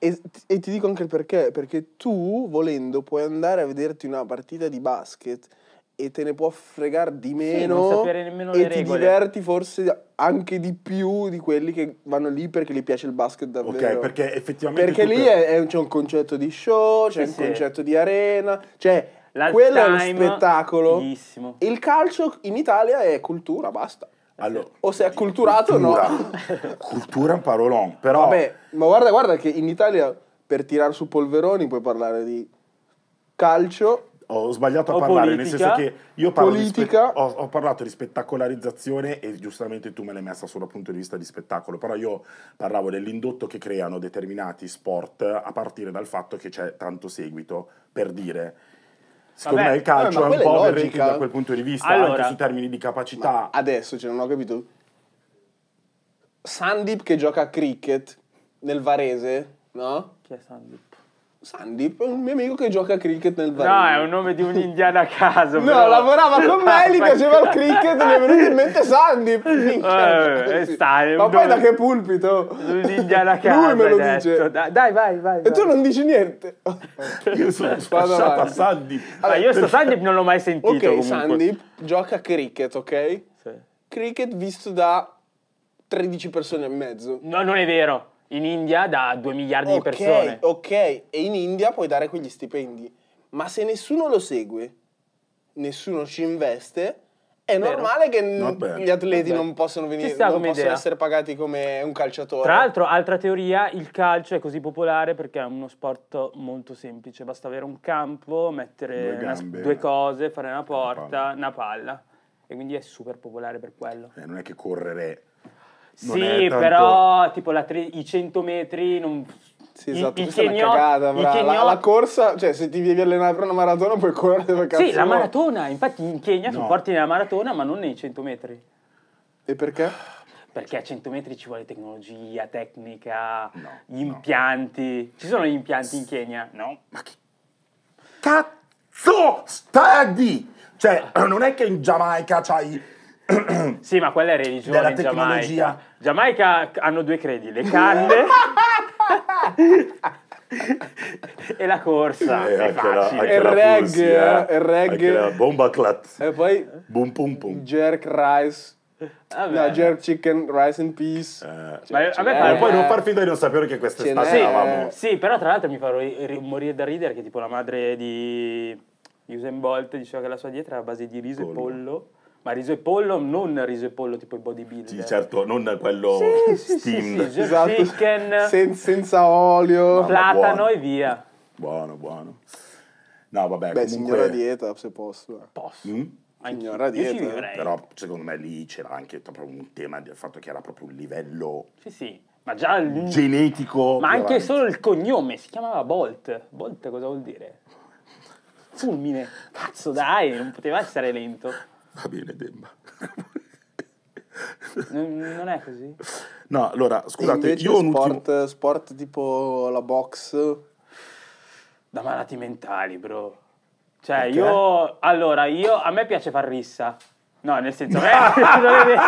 Speaker 3: E, e ti dico anche il perché, perché tu volendo puoi andare a vederti una partita di basket e te ne può fregare di meno
Speaker 1: non sapere nemmeno
Speaker 3: e
Speaker 1: le
Speaker 3: ti
Speaker 1: regole.
Speaker 3: diverti forse anche di più di quelli che vanno lì perché gli piace il basket davvero.
Speaker 2: Ok, perché effettivamente...
Speaker 3: Perché
Speaker 2: tu
Speaker 3: lì
Speaker 2: per-
Speaker 3: è- è- c'è un concetto di show, c'è
Speaker 1: Sì,
Speaker 3: un
Speaker 1: sì.
Speaker 3: concetto di arena, cioè
Speaker 1: L'half
Speaker 3: quello è uno
Speaker 1: time,
Speaker 3: spettacolo.
Speaker 1: fighissimo.
Speaker 3: Il calcio in Italia è cultura,
Speaker 1: Eh,
Speaker 3: basta.
Speaker 2: Allora,
Speaker 3: O se è acculturato o no.
Speaker 2: cultura. Cultura è un parolone, però...
Speaker 3: Vabbè, ma guarda, guarda che in Italia per tirar su polveroni puoi parlare di calcio,
Speaker 2: Ho sbagliato a
Speaker 1: O
Speaker 2: parlare,
Speaker 1: politica.
Speaker 2: nel senso che io parlo
Speaker 3: Politica.
Speaker 2: Di spe- ho, ho parlato di spettacolarizzazione e giustamente tu me l'hai messa solo dal punto di vista di spettacolo, però io parlavo dell'indotto che creano determinati sport a partire dal fatto che c'è tanto seguito, per dire. Secondo
Speaker 1: Vabbè,
Speaker 2: me il calcio
Speaker 3: vabbè, Eh, ma
Speaker 2: è un
Speaker 3: quella
Speaker 2: po'
Speaker 3: è
Speaker 2: overrated
Speaker 3: logica.
Speaker 2: da quel punto di vista,
Speaker 1: Allora.
Speaker 2: anche su termini di capacità.
Speaker 3: adesso cioè, non ho capito. Sandip che gioca a cricket nel Varese, no?
Speaker 1: Chi è Sandip?
Speaker 3: Sandip è un mio amico che gioca a cricket nel Varese.
Speaker 1: No, è un nome di un indiano a caso.
Speaker 3: No,
Speaker 1: però.
Speaker 3: lavorava con me, gli
Speaker 1: Ah,
Speaker 3: piaceva il
Speaker 1: ma-
Speaker 3: cricket, mi è venuto in mente Sandy. Minchia,
Speaker 1: eh,
Speaker 3: sì.
Speaker 1: stai, è
Speaker 3: Ma
Speaker 1: un
Speaker 3: poi
Speaker 1: dove-
Speaker 3: da che pulpito?
Speaker 1: L'india alla casa.
Speaker 3: Lui me lo
Speaker 1: hai detto.
Speaker 3: dice.
Speaker 1: Da- Dai, vai, vai.
Speaker 3: E tu
Speaker 1: vai.
Speaker 3: non dici niente.
Speaker 2: Io sono
Speaker 3: Vado
Speaker 2: spasciato a
Speaker 3: avanti.
Speaker 2: Sandy.
Speaker 1: Ma io sto Sandip non l'ho mai sentito.
Speaker 3: ok,
Speaker 1: comunque.
Speaker 3: Sandy gioca a cricket, ok?
Speaker 1: Sì.
Speaker 3: Cricket visto da 13 persone e mezzo.
Speaker 1: No, non è vero. In India da 2 miliardi di
Speaker 3: ok, Oh,
Speaker 1: persone.
Speaker 3: ok, e in India puoi dare quegli stipendi. Ma se nessuno lo segue, nessuno ci investe, è
Speaker 1: Vero.
Speaker 3: normale che n-
Speaker 2: Vabbè.
Speaker 3: gli atleti
Speaker 1: Vabbè.
Speaker 3: non possono
Speaker 1: Ci
Speaker 3: venire,
Speaker 1: sta
Speaker 3: non
Speaker 1: come
Speaker 3: possono
Speaker 1: idea.
Speaker 3: essere pagati come un calciatore.
Speaker 1: Tra l'altro, altra teoria, il calcio è così popolare perché è uno sport molto semplice. Basta avere un campo, mettere
Speaker 2: Due
Speaker 1: una-
Speaker 2: gambe,
Speaker 1: due cose, fare una porta,
Speaker 2: palla.
Speaker 1: una palla. E quindi è super popolare per quello.
Speaker 2: Eh, non è che correre... non
Speaker 1: sì,
Speaker 2: è tanto-
Speaker 1: però tipo la tre- i 100 metri non...
Speaker 3: Sì,
Speaker 1: i-
Speaker 3: esatto,
Speaker 1: i
Speaker 3: questa è
Speaker 1: kenyo-
Speaker 3: una cagata,
Speaker 1: i
Speaker 3: bra. La,
Speaker 1: kenyo-
Speaker 3: la corsa, cioè se ti devi allenare per una maratona puoi correre dove cazzo
Speaker 1: Sì, la
Speaker 3: vuoi.
Speaker 1: maratona, infatti in Kenya sono
Speaker 2: No.
Speaker 1: forti nella maratona ma non nei 100 metri.
Speaker 3: E perché?
Speaker 1: Perché a 100 metri ci vuole tecnologia, tecnica,
Speaker 2: No,
Speaker 1: gli impianti. Ci sono gli impianti in Kenya? No.
Speaker 2: Ma che cazzo stadi? Cioè, non è che in Giamaica c'hai...
Speaker 1: Sì, ma quella è religione
Speaker 2: Della
Speaker 1: in Giamaica.
Speaker 2: tecnologia.
Speaker 1: Giamaica hanno due credi, le canne e la corsa.
Speaker 2: Eh,
Speaker 1: è
Speaker 2: anche la-
Speaker 1: Ah, facile.
Speaker 2: anche
Speaker 3: Il
Speaker 2: la
Speaker 3: reggae,
Speaker 2: pulsi, eh.
Speaker 3: il reggae.
Speaker 2: Anche la bomba clat.
Speaker 3: E poi
Speaker 2: Boom pum pum.
Speaker 3: jerk rice,
Speaker 1: Vabbè.
Speaker 3: No, jerk chicken, rice in peace.
Speaker 2: Eh,
Speaker 1: Ma-
Speaker 3: Cioè,
Speaker 1: vabbè,
Speaker 3: ce
Speaker 2: eh,
Speaker 1: ma
Speaker 3: n'è.
Speaker 2: poi non far finta di non sapere che quest'estate
Speaker 3: Ce n'è.
Speaker 2: eravamo...
Speaker 1: Sì, però tra l'altro mi fa ri- ri- morire da ridere che tipo la madre di Usain Bolt diceva che la sua dieta era a base di riso
Speaker 2: Pollo.
Speaker 1: e pollo, ma riso e pollo non riso e pollo tipo i bodybuilder.
Speaker 2: Sì, certo, non quello
Speaker 1: eh. Sì, sì, sì,
Speaker 2: steam.
Speaker 1: sì, sì. jerk chicken.
Speaker 3: esatto. Sen- senza olio.
Speaker 2: Ma-
Speaker 1: Platano
Speaker 2: buono.
Speaker 1: e via.
Speaker 2: Buono, buono. No, vabbè,
Speaker 3: Beh, signora
Speaker 2: comunque...
Speaker 3: dieta, se posso. eh.
Speaker 1: Posso.
Speaker 2: Mm?
Speaker 1: Anch'io.
Speaker 3: Signora
Speaker 1: Io ci
Speaker 3: dieta, eh.
Speaker 1: vivrei.
Speaker 2: Però secondo me lì c'era anche proprio un tema del fatto che era proprio un livello
Speaker 1: Sì, sì. Ma già il-
Speaker 2: genetico.
Speaker 1: Mm. Ma anche
Speaker 2: veramente.
Speaker 1: solo il cognome, si chiamava Bolt. Bolt cosa vuol dire? Fulmine. Cazzo dai, non poteva essere lento.
Speaker 2: Va bene, Demba.
Speaker 1: Non, non è così?
Speaker 2: No, allora, scusate,
Speaker 3: Invece
Speaker 2: io ho un
Speaker 3: sport,
Speaker 2: ultimo...
Speaker 3: sport tipo la box.
Speaker 1: Da malati mentali, bro. Cioè,
Speaker 2: Perché?
Speaker 1: io... Allora, io... A me piace far rissa. No, nel senso... a me- non è vero.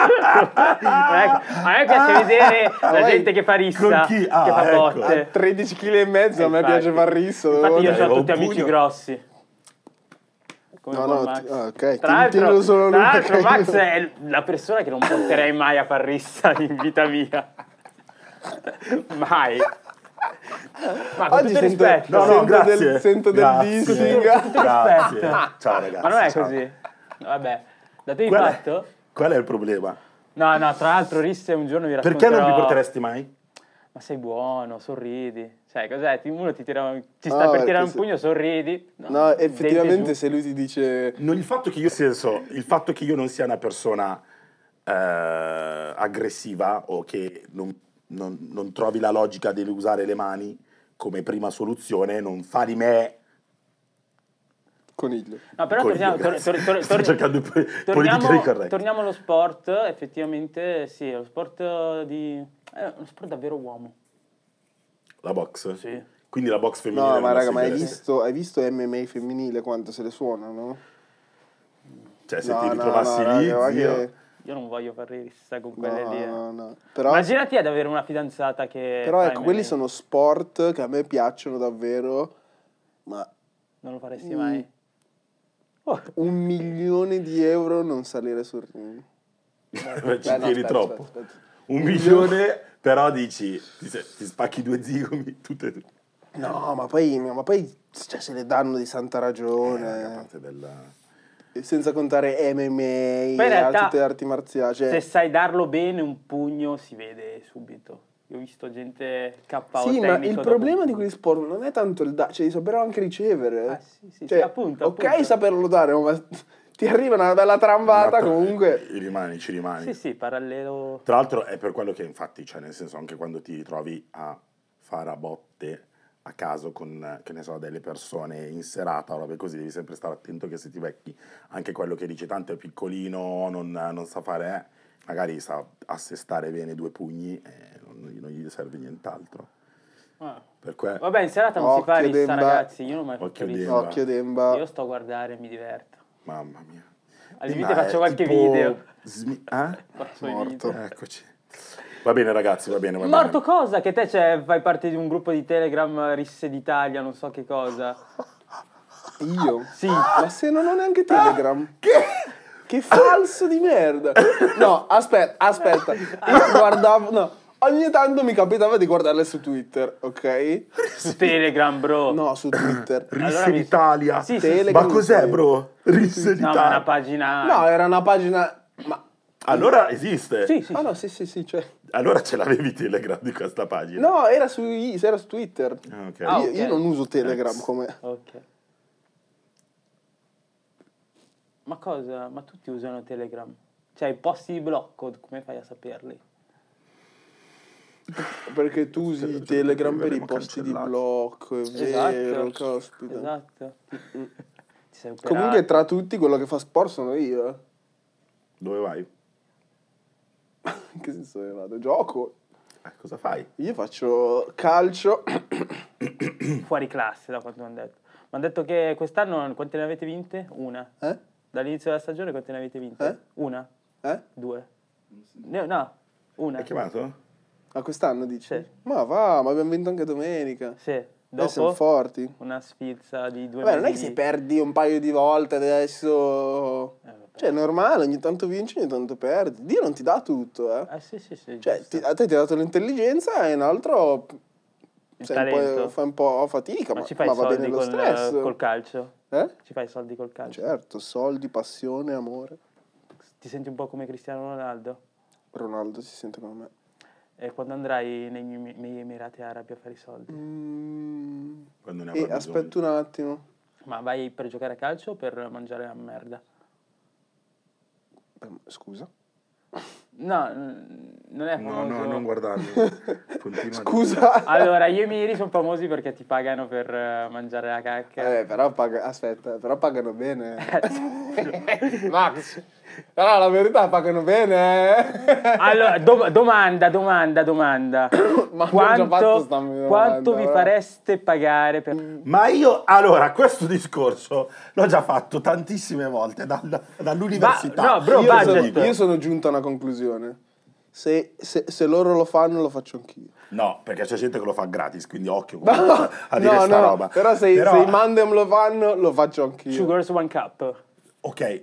Speaker 1: Non è- a me piace vedere la
Speaker 3: Vai,
Speaker 1: gente che fa
Speaker 2: con
Speaker 1: rissa,
Speaker 2: chi?
Speaker 1: che
Speaker 2: Ah,
Speaker 1: fa
Speaker 2: ecco.
Speaker 1: botte.
Speaker 3: A 13 kg e mezzo Cioè, a me
Speaker 1: Infatti.
Speaker 3: piace far riso.
Speaker 1: Infatti io
Speaker 2: Dai,
Speaker 1: ho
Speaker 2: un
Speaker 1: tutti amici
Speaker 2: pugno.
Speaker 1: grossi. Come
Speaker 3: No,
Speaker 1: buon
Speaker 3: no,
Speaker 1: Max.
Speaker 3: ti- ah, ok,
Speaker 1: Tra
Speaker 3: ti- ti
Speaker 1: l'altro,
Speaker 3: lo sono
Speaker 1: tra
Speaker 3: lui,
Speaker 1: l'altro
Speaker 3: ok.
Speaker 1: Max è la persona che non porterei mai a far rissa in vita mia. mai. Ma con
Speaker 3: Oggi
Speaker 1: tutto il
Speaker 3: sento-
Speaker 1: rispetto.
Speaker 2: No, no,
Speaker 3: Sento
Speaker 2: grazie.
Speaker 3: del- sento del
Speaker 2: Grazie.
Speaker 3: dissing.
Speaker 2: Grazie.
Speaker 1: Aspetta.
Speaker 2: Ciao ragazzi.
Speaker 1: Ma non è
Speaker 2: ciao.
Speaker 1: così. Vabbè. Datevi
Speaker 2: Qual è,
Speaker 1: fatto?
Speaker 2: qual è il problema?
Speaker 1: No, no, tra l'altro risse un giorno vi racconterò...
Speaker 2: Perché non mi porteresti mai?
Speaker 1: Ma sei buono, sorridi. Sai cos'è? Ti- Uno ti, tira, un- ti
Speaker 3: Ah,
Speaker 1: sta per
Speaker 3: perché
Speaker 1: tirare un
Speaker 3: se-
Speaker 1: pugno, sorridi.
Speaker 3: No,
Speaker 1: dente
Speaker 3: effettivamente
Speaker 1: giù.
Speaker 3: se lui ti dice
Speaker 2: Non il fatto che io, nel senso, il fatto che io non sia una persona eh, aggressiva o che non, non- non trovi la logica di usare le mani come prima soluzione non fa di me...
Speaker 3: coniglio.
Speaker 1: No, però
Speaker 2: Coniglio,
Speaker 1: torniamo, tor-
Speaker 2: grazie.
Speaker 1: tor- tor-
Speaker 2: Sto
Speaker 1: tor-
Speaker 2: cercando di po- politically
Speaker 1: torniamo,
Speaker 2: correct.
Speaker 1: torniamo allo sport, effettivamente sì, è lo sport di... È uno sport davvero uomo.
Speaker 2: La box?
Speaker 1: Sì.
Speaker 2: Quindi la box femminile.
Speaker 3: No,
Speaker 2: non
Speaker 3: ma
Speaker 2: la
Speaker 3: raga, ma hai
Speaker 2: seguiresti?
Speaker 3: visto, hai visto MMA femminile quanto se le suonano?
Speaker 2: Cioè, se
Speaker 3: No,
Speaker 2: ti
Speaker 3: no,
Speaker 2: ritrovassi
Speaker 3: no,
Speaker 2: lì,
Speaker 3: raga, ma
Speaker 2: zio...
Speaker 3: che-
Speaker 1: Io non voglio far rissa con quelle
Speaker 3: No,
Speaker 1: lì. eh.
Speaker 3: no, no. Però,
Speaker 1: Immaginati ad avere una fidanzata che...
Speaker 3: però
Speaker 1: fa
Speaker 3: ecco, quelli
Speaker 1: MMA.
Speaker 3: sono sport che a me piacciono davvero, ma
Speaker 1: Non lo faresti
Speaker 3: Mm.
Speaker 1: mai. Oh,
Speaker 3: un milione di euro non salire sul ring.
Speaker 2: Beh, ci
Speaker 3: Beh, no,
Speaker 2: tieni
Speaker 3: aspetta,
Speaker 2: troppo.
Speaker 3: aspetta, aspetta.
Speaker 2: Un milione, però dici, ti, se- ti spacchi due zigomi, tutte e due.
Speaker 3: No, ma poi, ma poi cioè, se le danno di santa
Speaker 1: Eh,
Speaker 2: Raga,
Speaker 3: ragione.
Speaker 2: Eh,
Speaker 3: eh,
Speaker 2: parte della-
Speaker 3: senza contare MMA,
Speaker 1: Poi in realtà,
Speaker 3: e tutte le arti marziali. Cioè,
Speaker 1: Se sai darlo bene, un pugno si vede subito. Io ho visto gente KO
Speaker 3: Sì, ma
Speaker 1: tecnico
Speaker 3: il
Speaker 1: dopo-
Speaker 3: problema di quegli sport non è tanto il dare, cioè di saperlo anche ricevere.
Speaker 1: Ah, sì, sì, sì, appunto,
Speaker 3: cioè, Ok,
Speaker 1: appunto.
Speaker 3: saperlo dare, ma ti arriva una bella trambata
Speaker 2: Una tra-
Speaker 3: comunque.
Speaker 2: Ci rimani, ci rimani.
Speaker 1: Sì, sì, parallelo...
Speaker 2: Tra l'altro è per quello che infatti, cioè nel senso anche quando ti ritrovi a fare a botte a caso con, eh, che ne so, delle persone in serata o robe così, devi sempre stare attento che se ti becchi anche quello che dice tanto è piccolino, non, non sa fare, eh, magari sa assestare bene due pugni e non, non gli serve nient'altro.
Speaker 1: Ah.
Speaker 2: Per cui...
Speaker 1: Vabbè, in serata non si fa
Speaker 3: Occhio
Speaker 1: rissa,
Speaker 3: Demba.
Speaker 1: ragazzi. Io non ho mai fatto
Speaker 2: Occhio
Speaker 1: rissa.
Speaker 2: Demba.
Speaker 3: Occhio Demba.
Speaker 1: Io sto a guardare e mi diverto.
Speaker 2: Mamma mia.
Speaker 1: Al limite
Speaker 2: Ma è
Speaker 1: faccio qualche
Speaker 2: tipo
Speaker 1: video.
Speaker 2: smi- eh?
Speaker 1: Faccio i
Speaker 3: Morto.
Speaker 1: video.
Speaker 2: Eccoci. Va bene ragazzi, va bene, va
Speaker 1: Morto
Speaker 2: bene.
Speaker 1: cosa? Che te c'è- fai parte di un gruppo di Telegram Risse d'Italia, non so che cosa.
Speaker 3: Io?
Speaker 1: Sì.
Speaker 3: Ma se non ho neanche Telegram. Che? falso di merda. No, aspetta, aspetta. Io guardavo, no, ogni tanto mi capitava di guardarle su Twitter, ok?
Speaker 1: Su Telegram, bro.
Speaker 3: No, su Twitter.
Speaker 2: Risse
Speaker 1: Allora mi-
Speaker 2: d'Italia.
Speaker 1: Sì, sì,
Speaker 3: Telegram.
Speaker 2: Ma cos'è, bro? Risse
Speaker 1: No, ma è una
Speaker 2: d'Italia.
Speaker 1: pagina...
Speaker 3: No, era una pagina ma
Speaker 2: Allora esiste.
Speaker 1: Sì, sì,
Speaker 3: Ah
Speaker 1: sì.
Speaker 3: no, sì, sì, sì, cioè
Speaker 2: Allora ce l'avevi Telegram di questa pagina.
Speaker 3: No, era su, era su Twitter.
Speaker 2: Ah, ok.
Speaker 1: Ah,
Speaker 3: io,
Speaker 1: ok.
Speaker 3: io non uso Telegram come...
Speaker 1: Ok. Ma cosa? Ma tutti usano Telegram? Cioè, i posti di blocco, come fai a saperli?
Speaker 3: Perché tu
Speaker 2: Te-
Speaker 3: usi
Speaker 2: te-
Speaker 3: Telegram
Speaker 2: te-
Speaker 3: per i
Speaker 2: verremo
Speaker 3: posti di
Speaker 2: cancellati.
Speaker 3: blocco, è vero, caspita. Mm,
Speaker 1: Esatto. Ti sei operato.
Speaker 3: Comunque tra tutti quello che fa sport sono io. eh.
Speaker 2: Dove vai? Eh,
Speaker 3: In che senso io vado? Gioco.
Speaker 2: Eh, cosa fai?
Speaker 3: Io faccio calcio. Eh?
Speaker 1: fuori classe da quanto mi hanno detto. Mi hanno detto che quest'anno quante ne avete vinte? Una.
Speaker 3: Eh?
Speaker 1: Dall'inizio della stagione quante ne avete vinte?
Speaker 3: Eh?
Speaker 1: Una?
Speaker 3: Eh?
Speaker 1: Due? No, no, una.
Speaker 2: Hai chiamato?
Speaker 3: Ma quest'anno dici?
Speaker 1: Sì.
Speaker 3: Ma va, ma abbiamo vinto anche domenica.
Speaker 1: Sì.
Speaker 3: Eh, siamo
Speaker 1: Dopo
Speaker 3: forti.
Speaker 1: una sfilza di due
Speaker 3: Vabbè, non è che
Speaker 1: mesi
Speaker 3: se
Speaker 1: di-
Speaker 3: perdi un paio di volte adesso
Speaker 1: Eh, vabbè.
Speaker 3: Cioè, è normale, ogni tanto vinci, ogni tanto perdi. Dio non ti dà tutto, eh.
Speaker 1: Eh, sì, sì, sì.
Speaker 3: Cioè,
Speaker 1: giusto.
Speaker 3: ti- a te ti ha dato l'intelligenza e un altro
Speaker 1: Il
Speaker 3: sei un po'-
Speaker 1: talento.
Speaker 3: fa un po' fatica, ma,
Speaker 1: ma ci fai
Speaker 3: ma
Speaker 1: i
Speaker 3: va bene
Speaker 1: soldi
Speaker 3: lo
Speaker 1: col,
Speaker 3: stesso.
Speaker 1: col calcio?
Speaker 3: Eh?
Speaker 1: Ci fai i soldi col calcio?
Speaker 3: Certo, soldi, passione, amore. Cioè.
Speaker 1: Ti senti un po' come Cristiano Ronaldo?
Speaker 3: Ronaldo si sente come me.
Speaker 1: E quando andrai negli, negli Emirati Arabi a fare i soldi?
Speaker 3: Mm.
Speaker 2: Quando ne
Speaker 3: E
Speaker 2: avrà
Speaker 3: aspetta
Speaker 2: bisogno.
Speaker 3: un attimo.
Speaker 1: Ma vai per giocare a calcio o per mangiare la merda?
Speaker 3: Beh, scusa.
Speaker 1: No, n- non è
Speaker 2: No,
Speaker 1: famoso.
Speaker 2: no, non guardarmi. Continua.
Speaker 3: Scusa.
Speaker 1: Allora, io e Miri sono famosi perché ti pagano per eh, mangiare la cacca.
Speaker 3: Eh, però paga- aspetta, però pagano bene. Max. Però la verità pagano bene. eh.
Speaker 1: Allora, dom- domanda, domanda, domanda.
Speaker 3: Ma
Speaker 1: quanto,
Speaker 3: abbiamo già fatto sta domanda, eh. Mm,
Speaker 1: quanto vi
Speaker 3: però.
Speaker 1: fareste pagare per...
Speaker 2: Ma io, allora, questo discorso l'ho già fatto tantissime volte dal- dall'università.
Speaker 1: Ma- no, bro,
Speaker 2: Io lo
Speaker 1: budget.
Speaker 2: dico.
Speaker 3: Io sono giunto a una conclusione. Se, se- se loro lo fanno, lo faccio anch'io.
Speaker 2: No, perché c'è gente che lo fa gratis, quindi occhio comunque a dire
Speaker 3: no,
Speaker 2: sta
Speaker 3: no,
Speaker 2: roba.
Speaker 3: Però se, se i Mandem lo fanno, lo faccio anch'io.
Speaker 1: Sugars One Cup?
Speaker 2: Ok,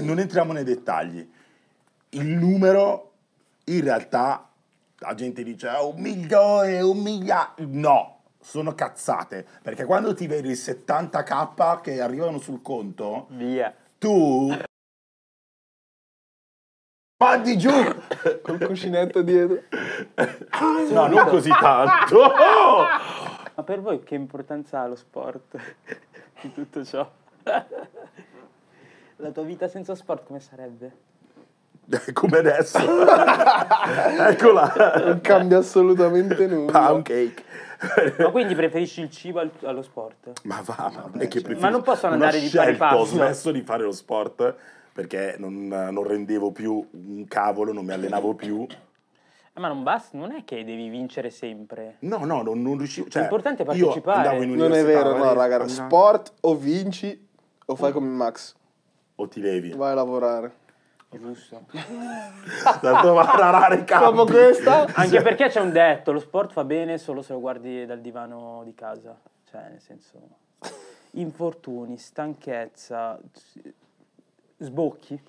Speaker 2: non entriamo nei dettagli. Il numero, in realtà, la gente dice "Ah, un milione, un migliaio. No, sono cazzate. Perché quando ti vedi i 70k che arrivano sul conto,
Speaker 1: Via.
Speaker 2: tu... Mandi giù!
Speaker 3: Col cuscinetto dietro.
Speaker 2: No, non così tanto.
Speaker 1: Ma per voi che importanza ha lo sport di tutto ciò? La tua vita senza sport come sarebbe?
Speaker 2: Come adesso. Eccola.
Speaker 3: Non cambia assolutamente nulla.
Speaker 2: Pound cake.
Speaker 1: Ma quindi preferisci il cibo al- allo sport?
Speaker 2: Ma va, ma non è che preferisco-
Speaker 1: Eh, certo. Ma non possono andare
Speaker 2: non ho
Speaker 1: di pari
Speaker 2: scelto, Ho
Speaker 1: passo.
Speaker 2: smesso di fare lo sport perché non, non rendevo più un cavolo, non mi allenavo più.
Speaker 1: Eh, Ma non basta, non è che devi vincere sempre.
Speaker 2: No, no, non, non riuscivo. Cioè,
Speaker 1: L'importante è
Speaker 2: io
Speaker 1: partecipare.
Speaker 2: andavo in
Speaker 3: Non è
Speaker 2: università,
Speaker 3: vero, no,
Speaker 2: magari-
Speaker 3: raga.
Speaker 2: ogni-
Speaker 3: Sport o vinci o fai come Max.
Speaker 2: O ti levi.
Speaker 3: Vai a lavorare.
Speaker 1: Giusto.
Speaker 2: Tanto va a rarare i campi.
Speaker 3: Dopo questa,
Speaker 1: Anche perché c'è un detto, lo sport fa bene solo se lo guardi dal divano di casa. Cioè, nel senso... Infortuni, stanchezza, s- sbocchi.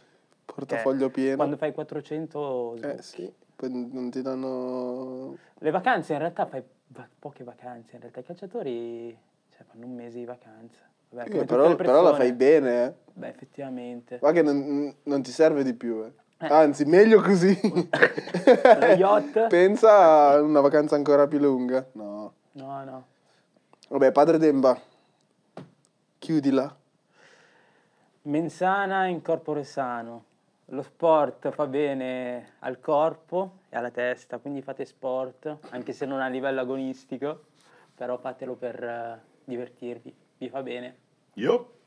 Speaker 3: portafoglio
Speaker 1: Eh,
Speaker 3: pieno.
Speaker 1: Quando fai 400 sbocchi.
Speaker 3: Eh sì, poi non ti danno...
Speaker 1: Le vacanze in realtà fai va- poche vacanze, in realtà i calciatori cioè, fanno un mese di vacanza. Vabbè, come
Speaker 3: Eh,
Speaker 1: tutte
Speaker 3: però,
Speaker 1: le
Speaker 3: però la
Speaker 1: persone.
Speaker 3: fai bene, eh.
Speaker 1: Beh, effettivamente.
Speaker 3: Guarda che non, non ti serve di più, eh.
Speaker 1: Eh.
Speaker 3: Anzi, meglio così.
Speaker 1: Lo yacht?
Speaker 3: Pensa a una vacanza ancora più lunga. No.
Speaker 1: No, no.
Speaker 3: Vabbè, padre Demba, chiudila.
Speaker 1: Mensana in corpore sano. Lo sport fa bene al corpo e alla testa, quindi fate sport, anche se non a livello agonistico, però fatelo per eh, divertirvi, vi fa bene.
Speaker 2: Io?